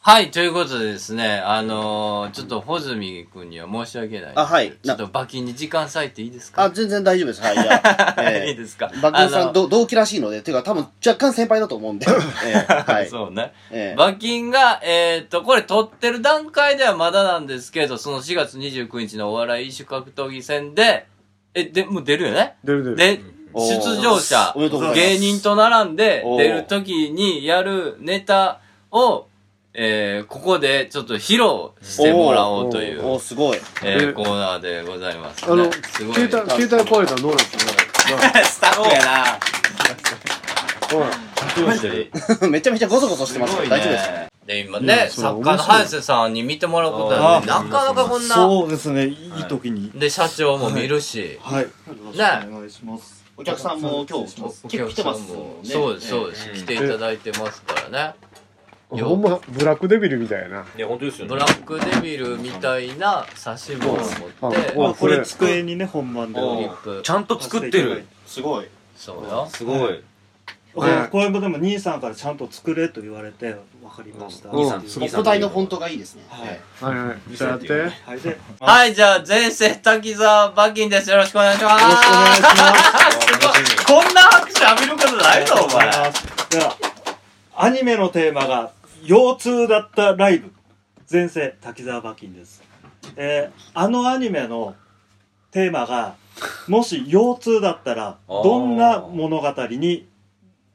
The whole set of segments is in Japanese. はい、ということでですね、あのーちょっと、穂積君には申し訳ない。あはいちょっと、馬琴に時間割いていいですあ、か全然大丈夫です。はい。じゃ あいいですかバッキンあさのん、ど同期らしいので、ていうか、多分若干先輩だと思うんで。ええは い。そうね。ええ馬琴が、えっ、と、これ撮ってる段階ではまだなんですけど、その4月29日のお笑い一種格闘技戦で、え、で、もう出るよね出る出でる。おー出場者おめでとうございます芸人と並んでおー出る時にやるネタを、えーここでちょっと披露してもらおうという、おー、すごい。 えーえコーナーでございます、ね。あの、す携ごい。帯、携帯壊れたらどうなってるスタッフやな。のほら、マジでめちゃめちゃゴソゴソしてますけど、大丈夫です。ねで、今ね、うんそれ作家の早瀬さんに見てもらうことなあんで、ーなかなかこんな、そうですね、いい時に。で、社長も見るし、はい。よろしくお願いします。お客さんも今日お来客来てさまんすももん、ね。そうです、そうす。です、う来んていただいてますからね。ほんま、ブラックデビルみたいな。いや、本当ですよブねラ。ックデビルみたいな差し棒を持って、うんフうんまあこれ机にね、本番で。リおップち。ゃんと作ってる。すごい。そうよ。すごい。はいこれもでも兄さんからちゃんと作れと言われて、わかりました。うん兄さんってすいごおい答えのフォントがいいですね。はい。はいはい。じゃあやって。よはい、で、よはい、じゃあ、前世滝沢馬琴です。よろしくお願いします。ろしくお願いします。すごい。こんな拍手浴びることないぞ、お前。では、アニメのテーマが、腰痛だったライブ。前世、滝沢馬琴です。えーあのアニメのテーマが、もし腰痛だったら、どんな物語に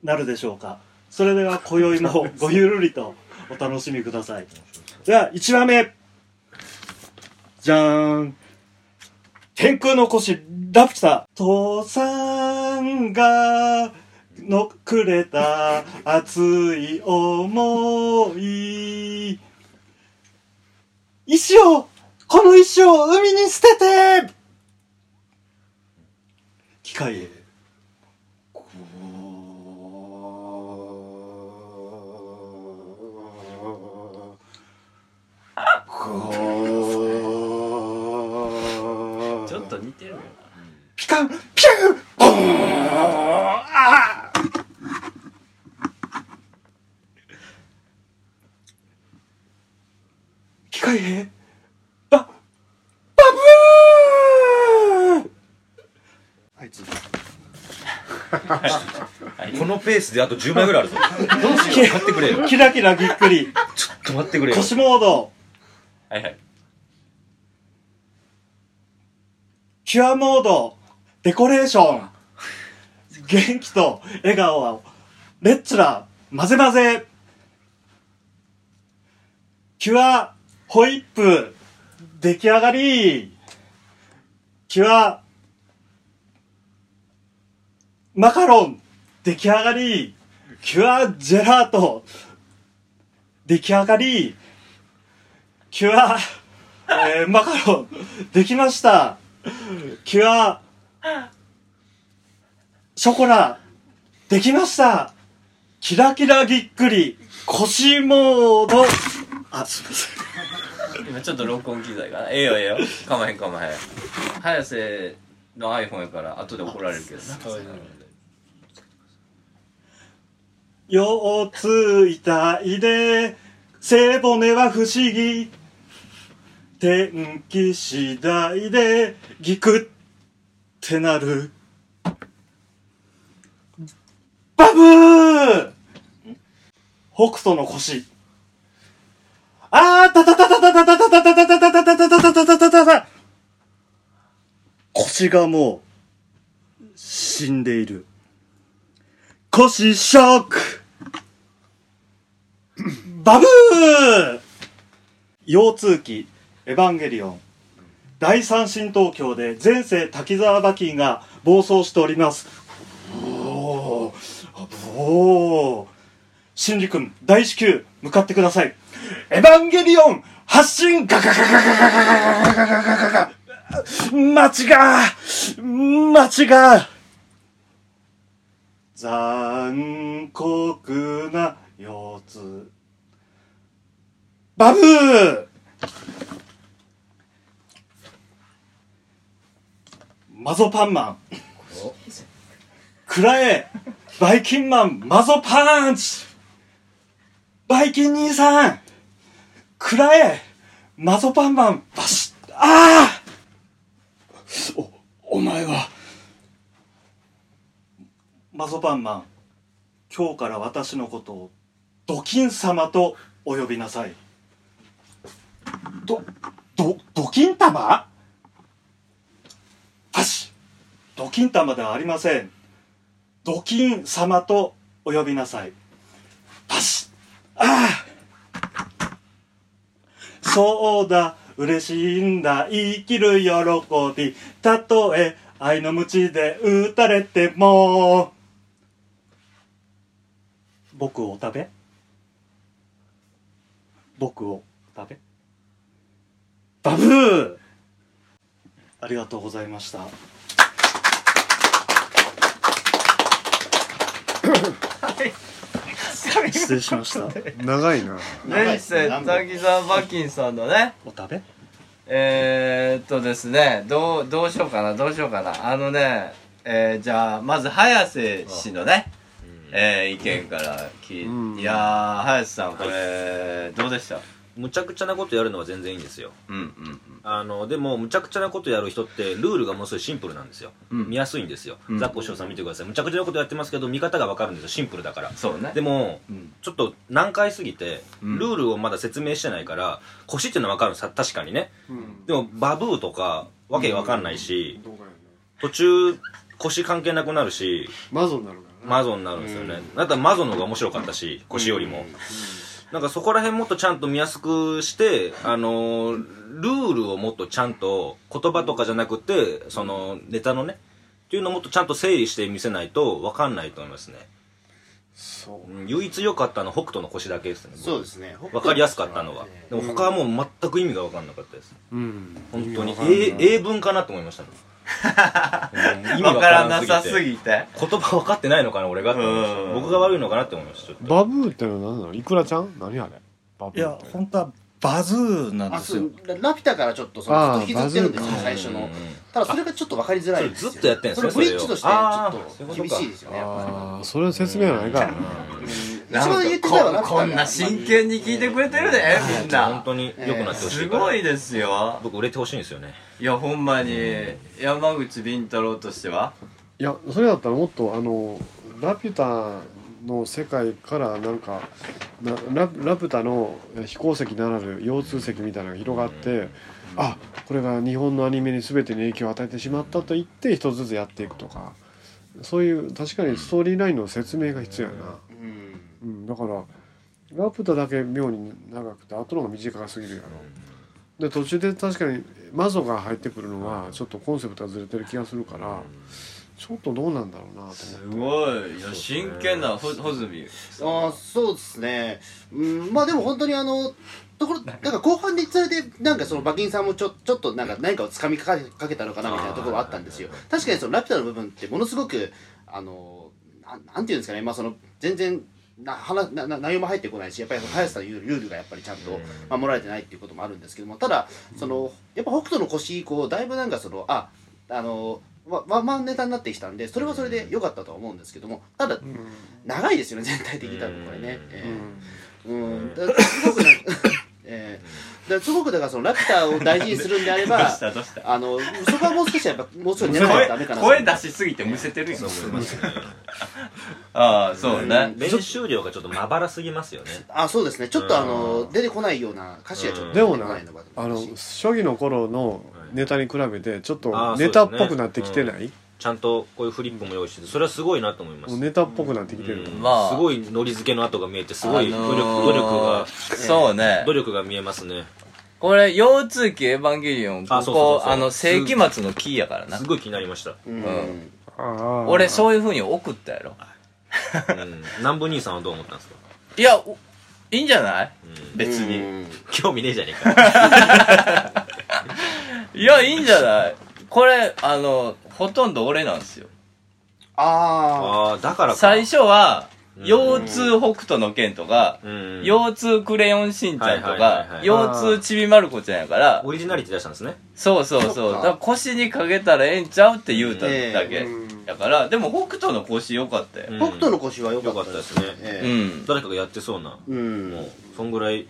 なるでしょうか。それでは、今宵もごゆるりとお楽しみください。では、1話目。じゃーん。天空の腰、ラプター。父さんが、のくれた熱い思い。石を、この石を海に捨てて機械へ。ちょっと似てるよな。ピカンピューボーンあー機械兵ババブーあいつこのペースであと10枚ぐらいあるぞ。どうし待ってくれよ。キラキラぎっくりちょっと待ってくれよ。腰モードはいはい。キュアモードデコレーション元気と笑顔はレッツラー混ぜ混ぜキュアホイップ出来上がりキュアマカロン出来上がりキュアジェラート出来上がりキュア、えーマカロンできましたキュア、ショコラ、できましたキラキラぎっくり、腰モード。あ、すいません。今ちょっと録音機材がな。ええよええよ。かまへんかまへん。早瀬の iPhone やから後で怒られるけどな。腰痛痛いで、背骨は不思議。天気次第で、ギクってなる。バブー北斗の腰。あーたたたたたたたたたたたたたたたたたたたたた腰がもう、死んでいる。腰ショックバブー腰痛記エヴァンゲリオン第三新東京で前世滝沢馬琴が暴走しておりますおーおー真理君大至急向かってくださいエヴァンゲリオン発進ガガガガガガガガガガガガガ街が街が残酷な腰痛バブーマゾパンマンくらえバイキンマンマゾパンチバイキン兄さんくらえマゾパンマンバシッああお、お前はマゾパンマン、今日から私のことをドキン様とお呼びなさい。ど、ど、ドキン玉パシッドキン玉ではありません。ドキン様とお呼びなさい。パシッああそうだ、嬉しいんだ、生きる喜び。たとえ愛の鞭で打たれても。僕を食べ僕を食べバブーありがとうございました。失礼しました。長いな。前世滝沢馬琴さんのねお食べえー、っとですねどうどうしようかなどうしようかなあのね、えーじゃあまず早瀬氏のね、えー意見から聞い、うんいやー早瀬さんこれどうでしたむちゃくちゃなことやるのは全然いいんですようんうんあのでもむちゃくちゃなことやる人ってルールがものすごいシンプルなんですよ、うん見やすいんですよ、うんザッコショウさん見てくださいむちゃくちゃなことやってますけど見方がわかるんですよシンプルだからそうねでもうんちょっと難解すぎて、うんルールをまだ説明してないから腰っていうのはわかるさ確かにねうん。でもバブーとかわけわかんないし、どうかやな。途中腰関係なくなるしマゾになるからな。マゾンになるんですよね、だったらマゾンの方が面白かったし腰よりも、なんかそこら辺もっとちゃんと見やすくして、あのールールをもっとちゃんと言葉とかじゃなくて、そのネタのね、っていうのをもっとちゃんと整理して見せないと分かんないと思いますね。そうん唯一良かったのは北斗の腰だけですね。そうですね。分かりやすかったのは。でも他はもう全く意味が分かんなかったです。う。うん。本当に意味わかんない英英文かなと思いましたね。うん意味わわからんなさすてぎて言葉分かってないのかな俺がって思いましうんた僕が悪いのかなって思いましたちょっとバブーってのは何なのいくらちゃん何あれバブーっいてや、本当はバズーなんあですそよう。ラピュタからちょっとそあのーずっと引きずってるんですよバズーカ最初うんうのんただそれがちょっと分かりづらいですよそれずっとやってんすねそれブリッジとしてちょあーそうっいうこととか厳しいですよねやっぱああそれの説明はないからなり一なん番言ってかたのはラこピュタこがんな真剣に聞いてくれてるで、みん本な当に良くなってほしすいから、ごいですよ僕売れてほしいんですよねいやほんまに山口敏太郎としてはいやそれだったらもっとあのラピュタの世界からなんかなララピュタのえ飛行石ならぬ腰痛石みたいなのが広がって、あこれが日本のアニメに全てに影響を与えてしまったと言って一つずつやっていくとかそういう確かにストーリーラインの説明が必要やな、うんうん、だからラピュタだけ妙に長くて後の方が短すぎるやろ、で途中で確かにマゾが入ってくるのはちょっとコンセプトがずれてる気がするから、ちょっとどうなんだろうなと思ってすごいいや真剣なほ穂積さんあーそうですねうんまあでも本当にあのところなんか後半でそれでなんかその馬琴さんもちょちょっとなんか何かをつかみかけかけたのかなみたいなところはあったんですよ確かにそのラピュタの部分ってものすごくあのなんなんていうんですかねまあその全然な話なな内容も入ってこないしやっぱりその速さというルールがやっぱりちゃんと守られてないっていうこともあるんですけどもただそのやっぱ北斗の腰以降だいぶなんかそのああのわワンマンネタになってきたんでそれはそれで良かったとは思うんですけどもただ長いですよね全体的に多分これね、えーうん、だからすごくなんか、 えー、だからすごくだからそのラピュタを大事にするんであれどうばしたどうしたあのそこはもう少しやっぱもう少し狙わないとダメか声な声出しすぎてむせてるやんそう思いますねああそうね練習量がちょっとまばらすぎますよねあそうですねちょっとあの、うん出てこないような歌詞がちょっと出でてこもなないのがあの初期の頃のネタに比べてちょっあとーネタっぽくなってきてない、ちゃんとこういうフリップも用意しててそれはすごいなと思います、もうネタっぽくなってきてる、うんまあすごいノリ付けの跡が見えてすごい努力,、あのー努力がそうね努力が見えますねこれ腰痛期エヴァンゲリオンここあそうそうそうそうあの世紀末のキーやからなすごい気になりました、うん、うんあー俺そういうふうに送ったやろうん、南部兄さんはどう思ったんですか、いやおいいんじゃないうん、別うにん興味ねえじゃねえ かいやいいんじゃないこれあのほとんど俺なんですよあああだからか最初はうん腰痛北斗の剣とかうん腰痛クレヨンしんちゃんとはいはいはいかはい腰痛ちびまる子ちゃんやからオリジナリティ出したんですねそうそうそそううかだから腰にかけたらええんちゃうって言うただけうんだからでも北斗の腰良かったようん北斗の腰は良かったですね良かったですうえん誰かがやってそうなえうんもうそんぐらい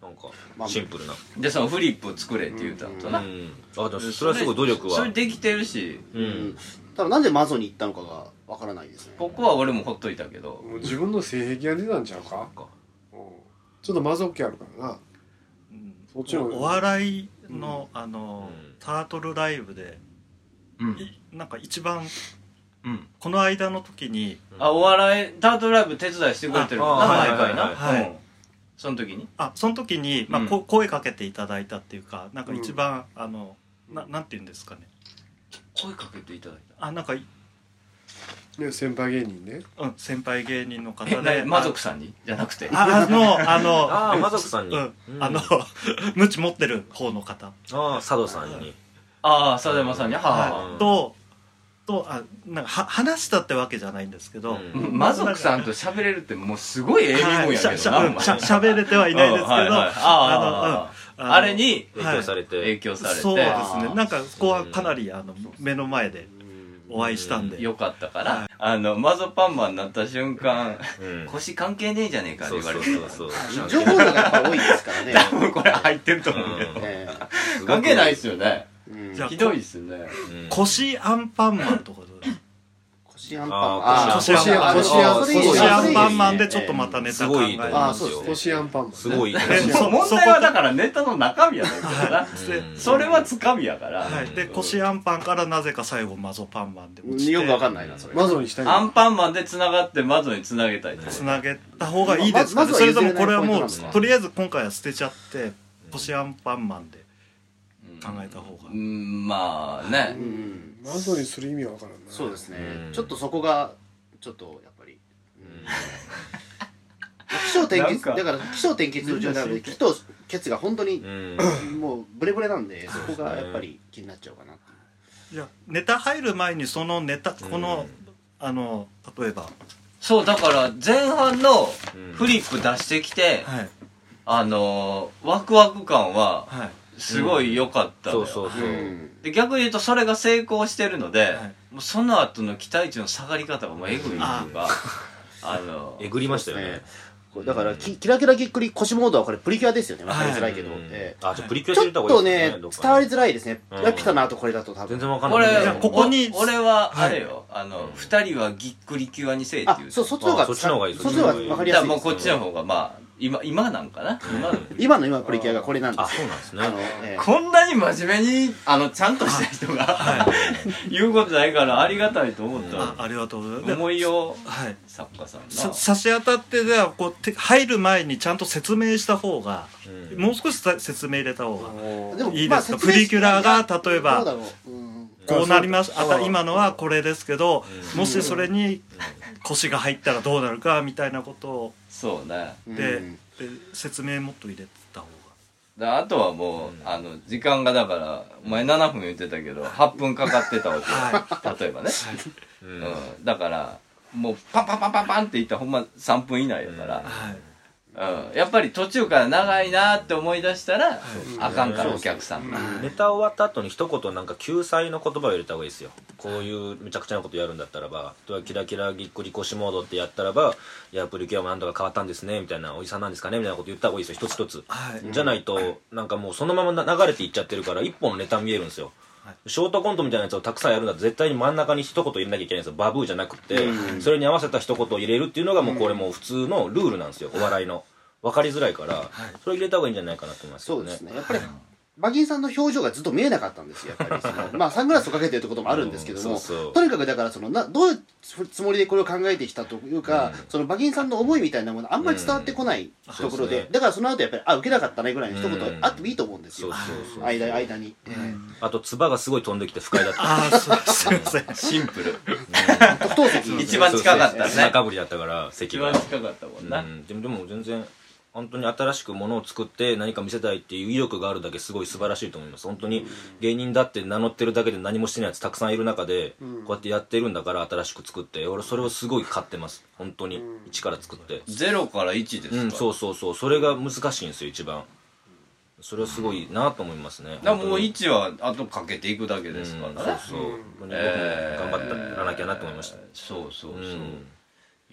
なんなんかまあシンプルな、でそのフリップ作れって言ったのとな、うんあでもそれはすごい努力そはれできてるしうんただなんでマゾに行ったのかがわからないですねここは俺もほっといたけどもう自分の性癖が出たんちゃうかかうんちょっとマゾッキあるからなそっちの方がお笑いの、あのうんタートルライブでうんいなんか一番うんこの間の時にあお笑いタートルライブ手伝いしてくれてるもんなあ毎はい回な、はいはいうんその時にあその時に、まあうんこ声かけていただいたっていうかなんか一番、あのななんて言うんですかね声かけていただいあなんか、ね先輩芸人ねうん、先輩芸人の方たえでな魔族さんにじゃなくてああの あのああ魔族さんに、うんうんあの ムチ持ってる方の方ああ佐渡さんにああさだまさんにはあ、はうはんい、ととあなんかは話したってわけじゃないんですけど、うんあ魔族さんと喋れるってもうすごいええもんやはいけどしゃしゃな、うんしゃしゃべれてはいないですうけど、んはいはいあああの、うんあれに影響されて、影響されてそうですあーねなんかそこはかなりあの目の前でお会いしたんで、よかったから、あのマゾパンマンになった瞬間、うん腰関係ねえじゃねえかってそう言わそれうてそうそう情報量がやっ ぱ多いですからね多分これ入ってると思うけど、うんえ関係ないっすよねえうんじゃあひどいっすよねうん腰アンパンマンとかどうですか腰アンパンあーマン腰アンパンマン腰アンパンマンあ それいいそれいいですねー腰腰アンパンマンでちょっとまたネタす考ごえいいいとて、思いまあそうすですね腰よアンパンマンね すごいいいと思いますえよそ問題はだからネタの中身やねんけどなうんそれはつかみやから、はい、で腰アンパンからなぜか最後マゾパンマンで落ちてよくわかんないなそれマゾにしたいアンパンマンでつながってマゾにつなげたいってつなげた方がいいですか、ねままずそはれ譲とれなもいこポれはイントもうなんですかとりあえず今回は捨てちゃって腰アンパンマンで考えた方が、うんまあねう、んマゾにする意味はわからんなそうですねうんちょっとそこがちょっとやっぱり気象転なん結かだから気象転結の重要なので気とケツが本当にうんもうブレブレなんでそこがやっぱり気になっちゃうかなっていうじゃあネタ入る前にそのネタこの、あの例えば、そうだから前半のう んフリップ出してきて、はいあのーワクワク感ははいすごい良かったのそよ、うそうそううんで逆に言うとそれが成功してるので、はいもうその後の期待値の下がり方がもうえぐいっていうかあのえぐりましたよねねこれだからきキラキラぎっくり腰モードはこれプリキュアですよねわかりづらいけどうんええあじゃあプリキュアちしてょっみたと方がいいですねねどっかね伝わりづらいですねうんラピュタの後これだと多全分然わかんこないれねじゃあここにお俺ははいあれよ、あの二人はぎっくりキュアにせえってあいうそうそっちの方があそっちの方がいいそっちの方がわかりじゃやあすいもうですこっちの方がまあ今今なんかな今の今の今のプリキュアがこれなんであすそうなんですねあのええこんなに真面目にあのちゃんとした人が、言うことないからありがたいと思ったあわ、ありがとうございますで思いよはい作家さんさな差し当たってではこう手入る前にちゃんと説明した方が、うんもう少しさ説明入れた方がでいいですかプリキュラが例えばそうだろううんこうなりますああそうた今のはこれですけど、もしそれに腰が入ったらどうなるかみたいなことをそうねで,、うんで説明もっと入れた方だあとはもう、あの時間がだからお前7分言ってたけど8分かかってたわけよ、例えばね、うんうん、だからもうパンパンパンパンパンっていったらほんま3分以内やからが、はい、うん、やっぱり途中から長いなって思い出したら、あかんからお客さんが、ネタ終わった後に一言なんか救済の言葉を入れた方がいいですよこういうめちゃくちゃなことやるんだったらば例えばキラキラぎっくり腰モードってやったらばいやプリキュアもなんとか変わったんですねみたいなおじさんなんですかねみたいなこと言った方がいいですよ一つ一つはいじゃないとなんかもうそのままな流れていっちゃってるから一本のネタ見えるんですよショートコントみたいなやつをたくさんやるんだと絶対に真ん中に一言入れなきゃいけないんですよバブーじゃなくてそれに合わせた一言入れるっていうのがもうこれもう普通のルールなんですよお笑いの分かりづらいからそれ入れた方がいいんじゃないかなと思いますけそどうですねやっぱりバギーさんの表情がずっと見えなかったんですよやっぱりそのまあサングラスをかけてるってこともあるんですけども、うんそうそうとにかくだからそのなどういうつもりでこれを考えてきたというか、そのバギーさんの思いみたいなものあんまり伝わってこないところで,、そうですねだからその後やっぱりあ受けなかったねぐらいの一言うんあってもいいと思うんですよ、そうそうそう間間に、えあと、唾がすごい飛んできて不快だった。ああそうすいませんシンプルえ特等席 一番近かったね中ぶりだったから、席一が番。近かったもんな、うん、でもでも全然、本当に新しくものを作って何か見せたいっていう意欲があるだけすごい素晴らしいと思います。本当に芸人だって名乗ってるだけで何もしてないやつたくさんいる中で、こうやってやってるんだから新しく作って、俺それをすごい買ってます。本当に。一から作って。 0から1ですか、うん、そそうそうそう。それが難しいんですよ、一番。それはすごいなと思いますね。だからもう一1はあとかけていくだけですからね、そうそう。本当にえー頑張ってらなきゃなと思いました。そうそうそう、うん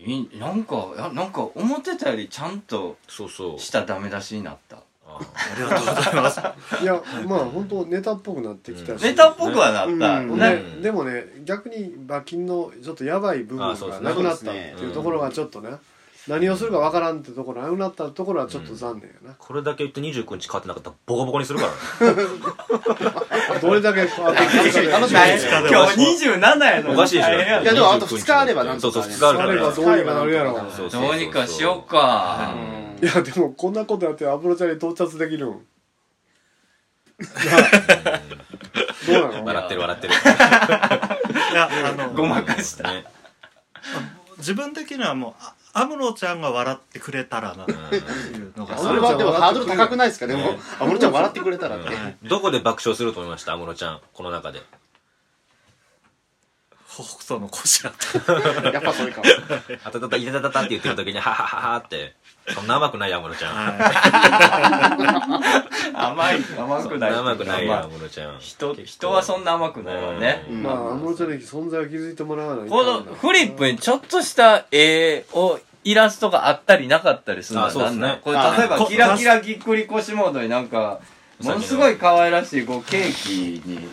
いなんかいやなんか思ってたよりちゃんとそうそう。したダメ出しになったありがとうございます。いやまあ本当ネタっぽくなってきたし、ネタっぽくはなった。うんねね、でもね逆に馬琴のちょっとやばい部分あそうでがすねなくなったっそうてですねいうところがちょっとね何をするかわからんってところなくなったところはちょっと残念やな、これだけ言って29日変わってなかったらボコボコにするからね。どれだけ変わってくるかね楽しみ大です事ね今日27やのおかしいでしょ大変やいやでもあと二日あればななんんととかかねそうそう二日あるからあればねどうにかなるやろそうそうそうどうにかしようか。いやでもこんなことやってアブロちゃんに到達できるんどうなの笑ってる笑ってるいやあのごまかした。ね自分的にはもうあ安室ちゃんが笑ってくれたらなっていうのがうんそれはでもハードル高くないですかでもね安室ちゃん笑ってくれたらってうんどこで爆笑すると思いました安室ちゃんこの中で北斗の腰だっやっぱそれか「あたたたいたたたた」って言ってる時に「はははは」ってそんな甘くないよ安室ちゃんた、はい甘い。甘くない。甘くないよまあ安室ちゃん人、人はそんな甘くないわね。うんまあアブロちゃんに存在を気づいてもらわないとこのフリップにちょっとした絵を、イラストがあったりなかったりするのはあそうっすねなんなんこれあ例えばこキラキラぎっくり腰モードになんか、ものすごい可愛らしいこうケーキに、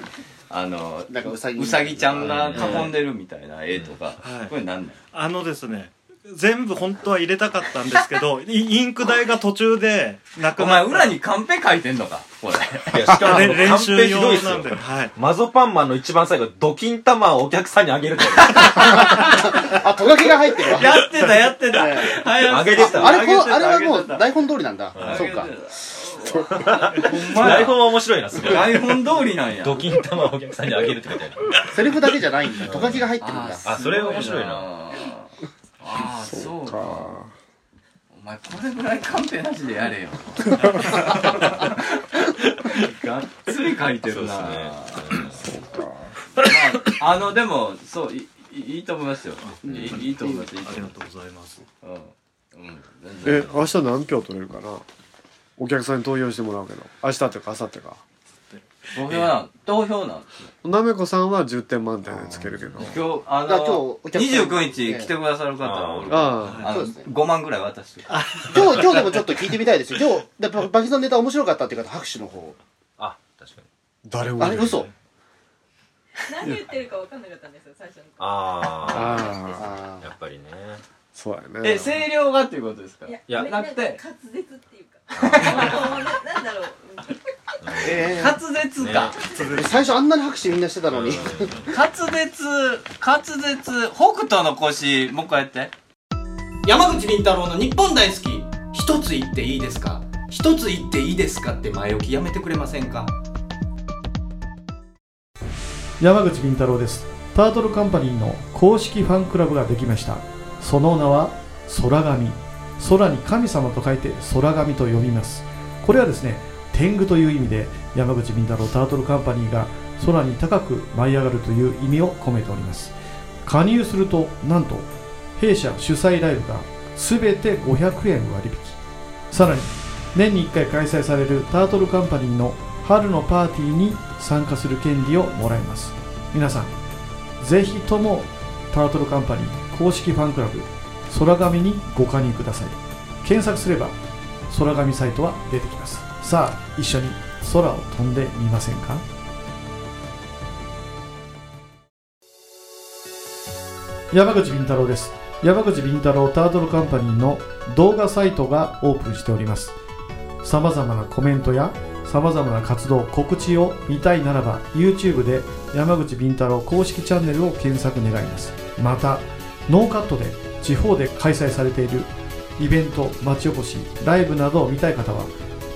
あの、なんかうさぎうさぎちゃんが囲んでるみたいな絵とかはい。これなんなんあのですね全部本当は入れたかったんですけどイインク代が途中でなくおな前った裏にカンペ書いてんのかこれ。いやしかもれもう練カンペ習ひどい用っすなんで、よはい、マゾパンマンの一番最後ドキン玉をお客さんにあげるってあトガキが入ってるわやってたやってた。え早あげてたあれこうあれは上げもうてた台本通りなんだ上そうげてたかほんま台本や。は面白いなすごい台本通りなんや。ドキン玉をお客さんにあげるって書いてあるセリフだけじゃないんだトガキが入ってるんだあそれ面白いなああ、そうか。かお前これぐらいカンペなしでやれよ。 がっつり書いてそうるでな。すまねあ、あの、でも、そう、いいいいと思いますよ。いいいいと思います。いいあとり思がいとうございますます。うん。うん全然え明日何票取れるかなお客さんに投票してもらうけど明日っていうか明後日か投票なん、投票なん。なめこさんは10点満点でつけるけど今日、あじゃあ今日のお、客さん29日来てくださる方はおるからああその、うですね5万ぐらい渡してる。今日今日でもちょっと聞いてみたいですよ今日だババキさんのネタ面白かったっていう方拍手の方あ確かに誰もあれ嘘何言ってるか分かんなかったんですよ最初の頃あああああやっぱりねそうやねえ、声量がっていうことですかいいやめなくてんか滑舌っていうか あのななんだろうーえー滑舌か。最初あんなに拍手みんなしてたのに滑舌、滑舌、北斗の腰、もう一回やって。山口倫太郎の日本大好き。一つ言っていいですか一つ言っていいですかって前置きやめてくれませんか山口敏太郎ですタートルカンパニーの公式ファンクラブができましたその名は空神空に神様と書いて空神と呼びますこれはですね天狗という意味で山口敏太郎タートルカンパニーが空に高く舞い上がるという意味を込めております加入するとなんと弊社主催ライブが全て500円割引さらに年に1回開催されるタートルカンパニーの春のパーティーに参加する権利をもらえます皆さんぜひともタートルカンパニー公式ファンクラブ空紙にご加入ください検索すれば空紙サイトは出てきますさあ一緒に空を飛んでみませんか山口敏太郎です山口敏太郎タートルカンパニーの動画サイトがオープンしておりますさまざまなコメントやさまざまな活動告知を見たいならば YouTube で山口敏太郎公式チャンネルを検索願いますまたノーカットで地方で開催されているイベント町おこしライブなどを見たい方は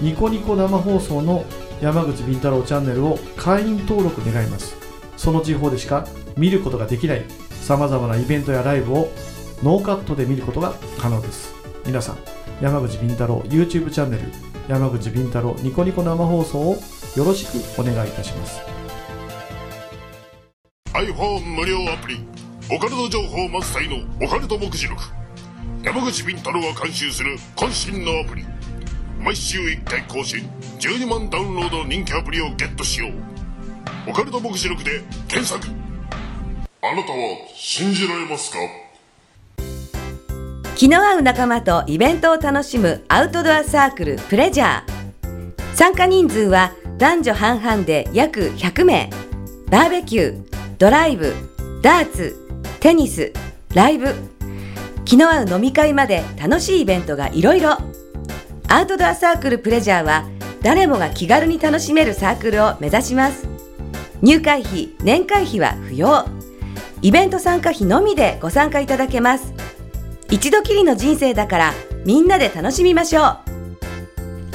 ニコニコ生放送の山口敏太郎チャンネルを会員登録願いますその地方でしか見ることができないさまざまなイベントやライブをノーカットで見ることが可能です皆さん山口敏太郎 YouTube チャンネル山口敏太郎ニコニコ生放送をよろしくお願いいたします iPhone 無料アプリオカルト情報満載のオカルト目次録山口敏太郎が監修する渾身のアプリ毎週1回更新12万ダウンロードの人気アプリをゲットしようオカルト目次録で検索あなたは信じられますか気の合う仲間とイベントを楽しむアウトドアサークルプレジャー参加人数は男女半々で約100名バーベキュードライブダーツテニスライブ気の合う飲み会まで楽しいイベントがいろいろアウトドアサークルプレジャーは誰もが気軽に楽しめるサークルを目指します入会費年会費は不要イベント参加費のみでご参加いただけます一度きりの人生だからみんなで楽しみましょう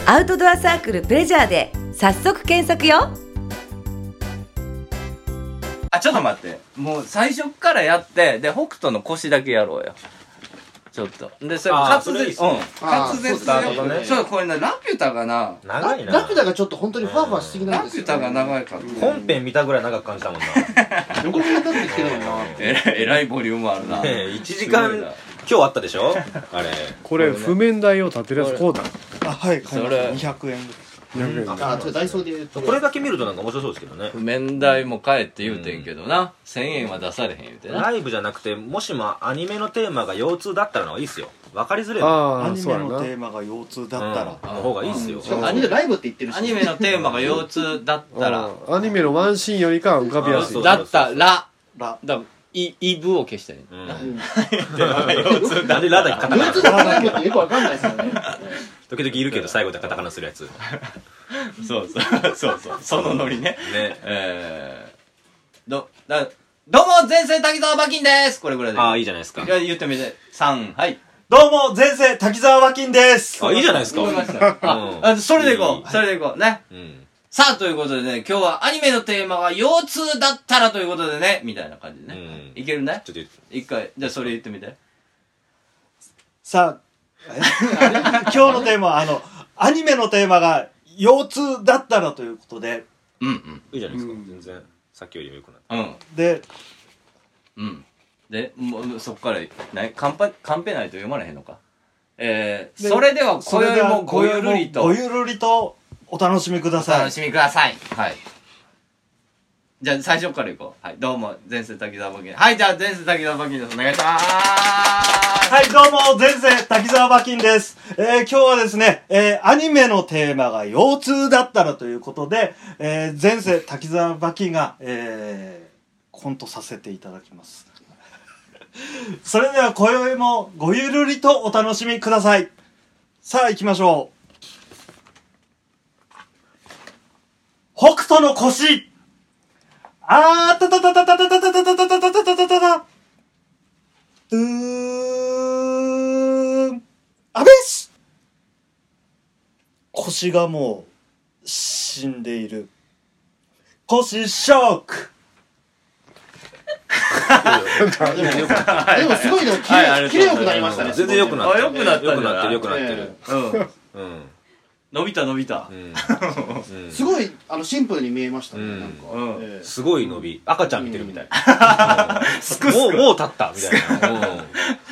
アウトドアサークルプレジャーで早速検索よあちょっと待ってもう最初っからやってで北斗の腰だけやろうよちょっとでそれあ滑ーそれいいっ舌すねうんあー滑舌そうですねねちょっとこれねラピュタがな長いなラピュタがちょっと本当にふわふわしすぎなラんですピよ、ュタが長いから本編見たぐらい長く感じたもんなどこにかかってきてるのかなってえらいえらいボリュームあるなねえ1時すごいな間今日あったでしょあれこれ譜面台を立てるやつこうだあはい買いまそれした200円ぐらい200円あちょっとダイソーで言うとこれだけ見るとなんか面白そうですけどね譜面台も帰って言うてんけどな、1000円は出されへん言うてなライブじゃなくてもしもアニメのテーマが腰痛だったらのがいいっすよ分かりづれえなあアあニそうメやのなテーマが腰痛だうんったら、の方がいいっすよしかもアニメライブって言ってるしアニメのテーマが腰痛だったらうんアニメのワンシーンよりかは浮かびやすいあそうだったららだイイブを消したらいいうんななんでラダキカタカナ普通のライブってよくわかんないですよね時々いるけど最後でカタカナするやつねそうそうそうそう そのノリねえー、どだどうも前世滝沢馬琴ですこれぐらいでああいいじゃないですかいや言ってみて3はいどうも前世滝沢和金ですあいいじゃないですか思いましたああそれでいこううんそれでいこうねうんさあということでね今日はアニメのテーマが腰痛だったらということでねみたいな感じでうね、んいけるねちょっと言って一回じゃあそれ言ってみてさあ今日のテーマはあのアニメのテーマが腰痛だったらということでうんうんいいじゃないですか全然さっきよりも良くなっうんでうん。で、もうそこから、ね、カンパ、カンペないと読まれへんのか。えー、でそれでは今宵もごゆるりとごおゆるりとお楽しみください楽しみください。はい。じゃあ最初からいこう。はい。どうも、前世滝沢馬琴。はい、じゃあ前世滝沢馬琴です。お願いしまーす。は。はいい、どうも、前世、滝沢馬琴です。えー今日はですね、えーアニメのテーマが腰痛だったらということで、えー前世、滝沢馬琴が、えーコントさせていただきます。それでは、今宵もごゆるりとお楽しみください。さあ、行きましょう。北斗の腰あーたたたたたたたたたたたたたたたたうーん。あべし腰がもう、死んでいる。腰ショックでもでもすごいでもキレ,、はいありがとうございますよくなりましたたね全然良くなってあ良くなったんじゃない良くなってる良くなってる うん。うん伸びた伸びたう。んうん すごいあのシンプルに見えましたね、うんなんか、うんええすごい伸び赤ちゃん見てるみたいすうくんすもうく。もう立ったみたいなうん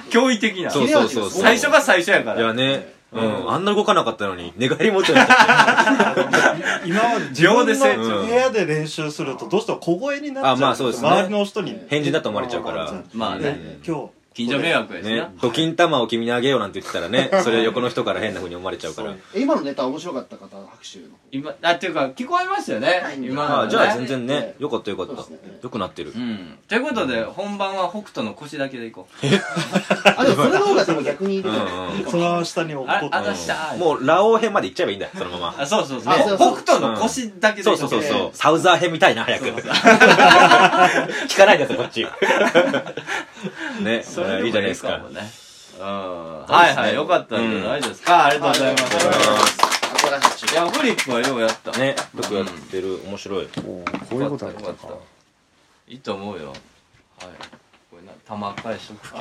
驚異的な。そうそうそうそう最初が最初やかいやら。ね、うん、あんな動かなかったのに、寝返り持っちゃった。今は自秒分で成長の部屋で練習するとどうしても小声になっちゃう。あまあそうですね周りの人に。変人だと思われちゃうから。まあね。ね、今日。近所迷惑やしねな。、ドキン玉を君にあげようなんて言ってたらね、それ横の人から変な風に思われちゃうから。え今のネタ面白かった方拍手の今、あ、っていうか、聞こえましたよね。今のあねあ、じゃあ全然ねね、よかったよかっそうたですね。よくなってるう。ん。ということで、本番は北斗の腰だけでいこう。あでもそれの方がでも逆にいいかもうんうんその下に落っあこっ、あた。ざしたーい。もう、ラオウ編まで行っちゃえばいいんだよ、そのまま。あ、そうそうそう。あもそうう北そ斗うの腰だけでいそこうそうそうそうう。サウザー編みたいな、早く。 聞かないでよ、こっち。 ね、それでもいいじゃないですかも。ね。うん。はいはい、よかったんじゃないですか。ありがとうございます。新しいいや、フリップはようやった。ね、よくやってる、面白い。おうこういうことだったよかかっ。いいと思うよ。はい。これな、玉返しとく け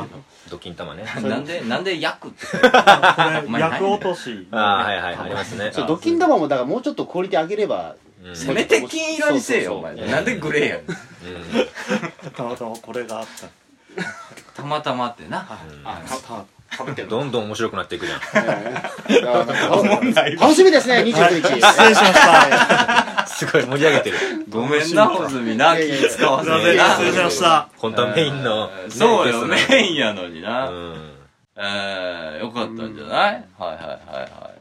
ドキン玉ね。ど。なんで、なんで焼くって。おこれ、前何役落とし。ああ、はいはいはい、ありますね。そうドキン玉もだからもうちょっとクオリティ上げればうんせめて金色にせえよ、お前。そうそうなんでグレーやねん。うんたまたまこれがあった。たまたまってな。かぶってどんどん面白くなっていくじゃん。 楽しみですね29日、失礼しました。すごい盛り上げてる。ごめんな、ほずみな。気使わすせていませんな。失礼しました。本当はメインの。えーそうよ、メねインやのにうな。ん。えー、よかったんじゃない、はいはいはいはい。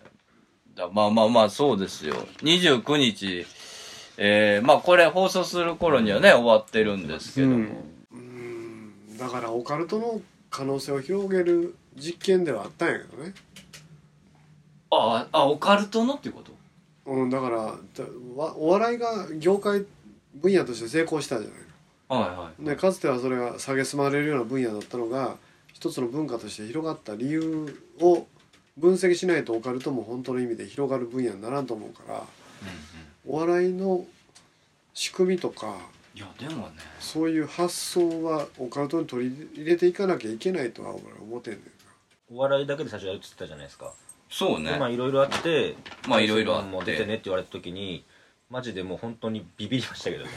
じゃあまあまあまあ、そうですよ。29日、えー、まあこれ放送する頃にはね、終わってるんですけども。うんだからオカルトの可能性を広げる実験ではあったんやけどね、ああ、オカルトのっていうことうん、だからだわお笑いが業界分野として成功したじゃないはいはい。でかつてはそれが蔑まれるような分野だったのが一つの文化として広がった理由を分析しないとオカルトも本当の意味で広がる分野にならんと思うから、お笑いの仕組みとかいや、でもね、そういう発想はオカルトに取り入れていかなきゃいけないとは俺は思ってんねんお笑いだけで最初やるって言ってたじゃないですか。そうねで。まあいろいろあって、まあいろいろあってもう出てねって言われた時に、マジでもう本当にビビりましたけどね。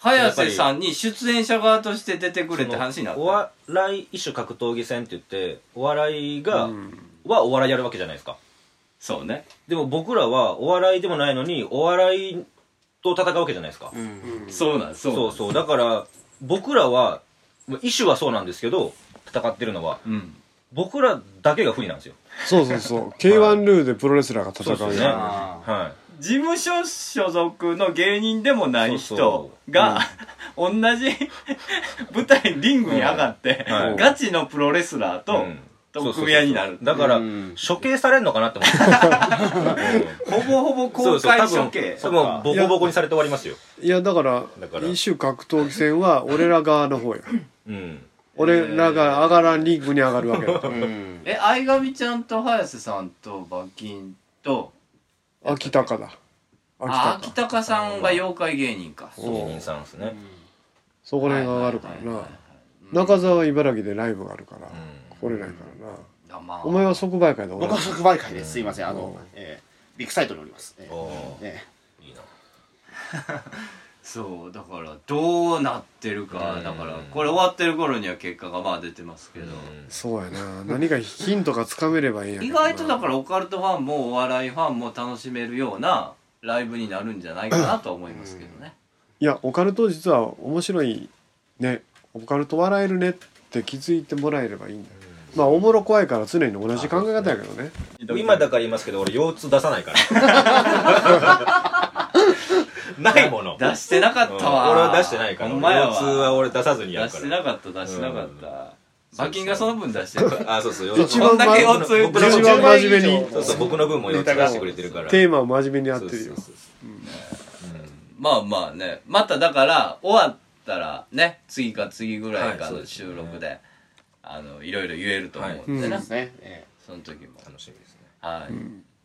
早瀬さんに出演者側として出てくれって話になっおた。笑い一種格闘技戦って言って、お笑いが、うんはお笑いやるわけじゃないですか。そうね。でも僕らはお笑いでもないのに、お笑いと戦うわけじゃないですか。そうなんです、そうそうそう。だから、僕らは、まあ意思はそうなんですけど、戦ってるのは、う。うん。僕らだけが不利なんですよ。そうそうそう K1 ルールでプロレスラーが戦うそうですね。やんは事務所所属の芸人でもない人そが、同じ舞台リングに上がって、はいガチのプロレスラーい。と、うんと組み合いになるだから、うん処刑されんのかなって思って。ほぼほぼ公開処刑多分ボコボコにされて終わりますよ。いやだからだから一種格闘技戦は俺ら側の方やうん。俺らが上がらんリングに上がるわけやうんえ相上ちゃんと早瀬さんと馬琴と秋高だあ秋秋高高さんが妖怪芸人か芸人さんですね。そこら辺が上がるからはいはいなはい中澤は茨城でライブがあるからん来れないからなあまあお前は即売会で俺僕はは即売会ですすいませんあの、えービッグサイトにおります、えーおーえいいな。そうだからどうなってるかうんだからこれ終わってる頃には結果がまあ出てますけどそうやな何かヒントがつかめればいいんやけ意どな外とだからオカルトファンもお笑いファンも楽しめるようなライブになるんじゃないかなとは思いますけどねいやオカルト実は面白いねオカルト笑えるねって気づいてもらえればいいんだよまあおもろ怖いから常に同じ考え方やけどね今だから言いますけど、俺腰痛出 さないから。ないもの。出してなかったわうん俺は出してないから。ほ俺んまやわ腰痛は俺出さずにや出るかしてら。なかった出してなかった馬琴がその分出してるからあ、そうそう。腰一痛こ番んだけ腰痛僕ら一番真面目にそうそう、僕の分も腰痛出してくれてるから。テーマを真面目にやってるよそうそうまあまあねまただから終わったらね次か次ぐらいはかいそうのですね収録で、あのいろいろ言えると思うんではいね、ーねえその時もそう楽しみですね。はい、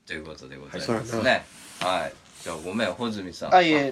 ということでございはまいすそうねはいじゃあごめん穂積さん、ーあいえ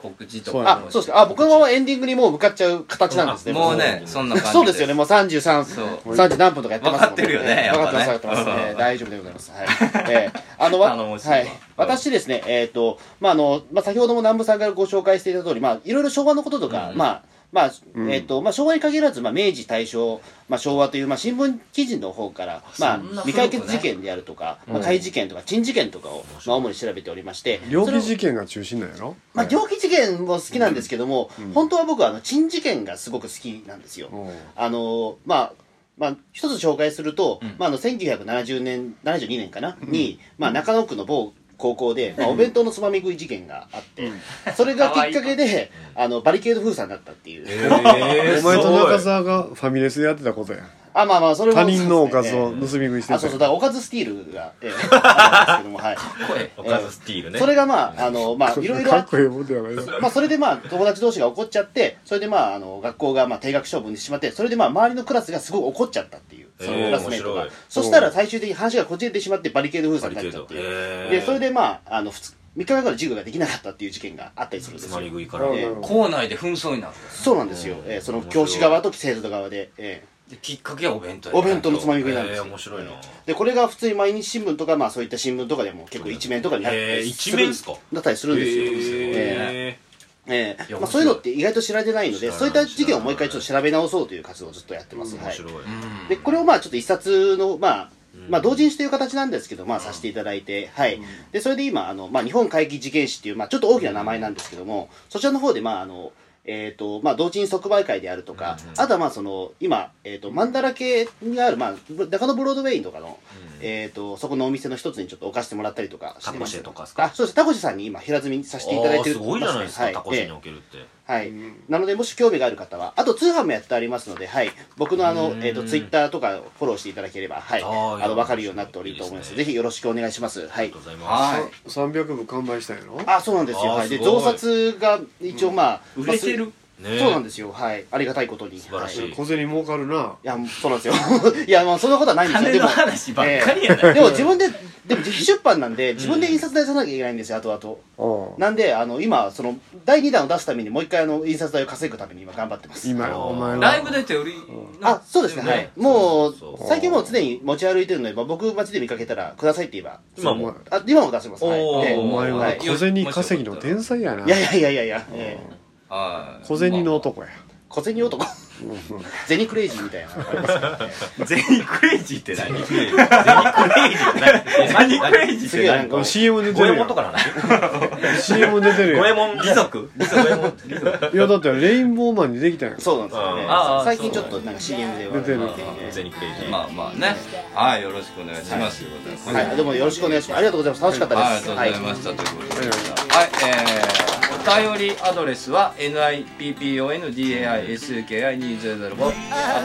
告知とそうかあもそうですかあ僕のままエンディングにもう向かっちゃう形なんですねもうねそんな感じそうですよね、もう33そ30何分とかやってますも分かんってるよね分かってます、や分っかぱってます。ねえー大丈夫でございます。はい。えーあの、わ頼もしいわはい。私ですね、えっと、まあ、あの、まあ、先ほども南部さんからご紹介していた通り、まあ、いろいろ昭和のこととか、まあ、まあ、えっ、と、まあ、昭和に限らず、まあ、明治、大正、まあ、昭和という、まあ、新聞記事の方から、まあ、そんな古未くね解決事件であるとか、まあ、怪事件とか、珍事件とかを、まあ、主に調べておりまして、猟それ奇を事件が中心なんやろまあ、猟奇事件も好きなんですけども、本当は僕は、あの、珍事件がすごく好きなんですよ。うんあのまあ、まあ、一つ紹介すると、まあ、あの、1970年、72年かな、に、まあ、中野区の某高校で、まあ、お弁当のつまみ食い事件があって、それがきっかけで、あの、バリケード封鎖になったっていう。えお前と中澤がファミレスでやってたことやあ、まあまあ、それも他そうですね、人のおかずを盗みええ食いしてあ、たそうそう、だからおかずスティールが、ええ、あったんですけども、はい。声おかずスティールね。それがまあ、あの、まあ、いろいろかあっっこいいもんではないですまあ、それでまあ、友達同士が怒っちゃって、それでまあ、あの、学校がまあ、定額処分にしてしまって、それでまあ、周りのクラスがすごい怒っちゃったっていう、そのへえクラスメイト面が白い。そしたら最終的に話がこじれてしまって、バリケード封バ鎖リになケっちゃーっド。て。でで、それでまあ、あの、2日間ぐらい授業ができなかったっていう事件があったりするんでつすまより。食いから。ええ校内で紛争になっそうなんですよ。ええその教師側と生徒側で。ええたできっかけはお弁当やお弁当のつまみ食いなんですよええ面白いなで、これが普通に毎日新聞とか、まあそういった新聞とかでも結構一面とかになったええり一面ですかなったりするんですよ。えええええや面白まあ、いそういうのって意外と知られてないの知らで、ないそういった事件をもう一回ちょっと調べ直そうという活動をずっとやってます。えは面い。白い。で、これをまあちょっと一冊の、まあ、まあ同人誌という形なんですけど、まあさせていただいて、はい。で、それで今、あの、まあ日本怪奇事件誌っていう、まあちょっと大きな名前なんですけども、そちらの方で、まああの、えっ、と、まあ、同人即売会であるとか、あとはまあ、その、今、えっ、と、マンダラ系にある、まあ、中野ブロードウェイとかの、えっ、と、そこのお店の一つにちょっと置かせてもらったりとかしてますタコシェとかですかあ、そうです。タコシェさんに今、平積みさせていただいてるあーすごいじゃないですか、はタコシえェえにおけるって。はい、なのでもし興味がある方はあと通販もやってありますので、はい、僕のあの、えー、とツイッターとかフォローしていただければ、はい、あーあの分かるようになっておりと思いますいいですねぜひよろしくお願いしますはいありがとうございます。はい300部完売したんやろあそうなんですよ、あーはい、ですごい増刷が一応まあ、売れてるまあねそうなんですよはいありがたいことに素晴らしい小銭儲かるないやそうなんですよ いやまあそんなことはないんですよ金でのも話ばっかりやな、でも自分ででも自費出版なんで自分で印刷代出さなきゃいけないんですよ後々うんなんであの今その第2弾を出すためにもう一回あの印刷代を稼ぐために今頑張ってます今お前 ライはブ出て売りあ、そうですね。はい。もうそう、最近もう常に持ち歩いてるので、まあ僕街で見かけたらくださいって言えば。今も。あ、今も出せます。はい。おーえお前ははい小銭稼ぎの天才やなえいやいやいやいやいや、ええはい小銭の男や小銭男、うんうん銭クレイジーみたいな。全員クレイジーってゼ何ニクレイジーゼニクレイジーっすてげえなん何か、 CM 出て五る右衛門よとかなの CM 出てる五右衛よ門貴 族貴族五右衛門貴族いやだってレインボーマンにできたんやんそうなんですよねあ。あ最近ちょっとなんか CM で出てるえゼニクレイジー。まあまあねはいよろしくお願いしますということでえはい。どうもよろしくお願いします。ありがとうございます。楽しかっあたりがです。とうごはざいい。ました、ということでしたはい、えー、お便りアドレスは NIPPONDAISUKI2005 アッ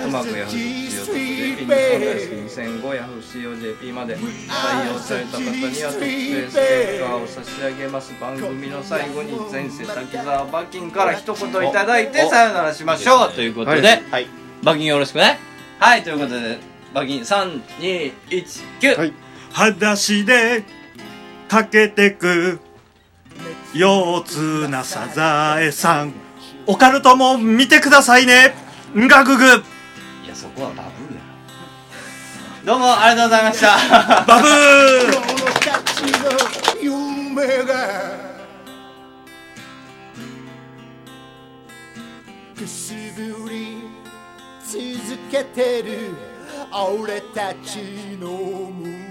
トマークヤフー .co.jp 日本大好き2005ヤフー .co.jp まで採用された方には特製ステッカーを差し上げます番組の最後に前世滝沢馬琴から一言いただいてさよならしましょうということで、はいはい。馬琴よろしくねはいということで馬琴3219、はい裸足で駆けてく腰痛なサザエさんオカルトも見てくださいねガググいやそこはバブーやろどうもありがとうございましたバブーくすぶり続けてる俺たちの胸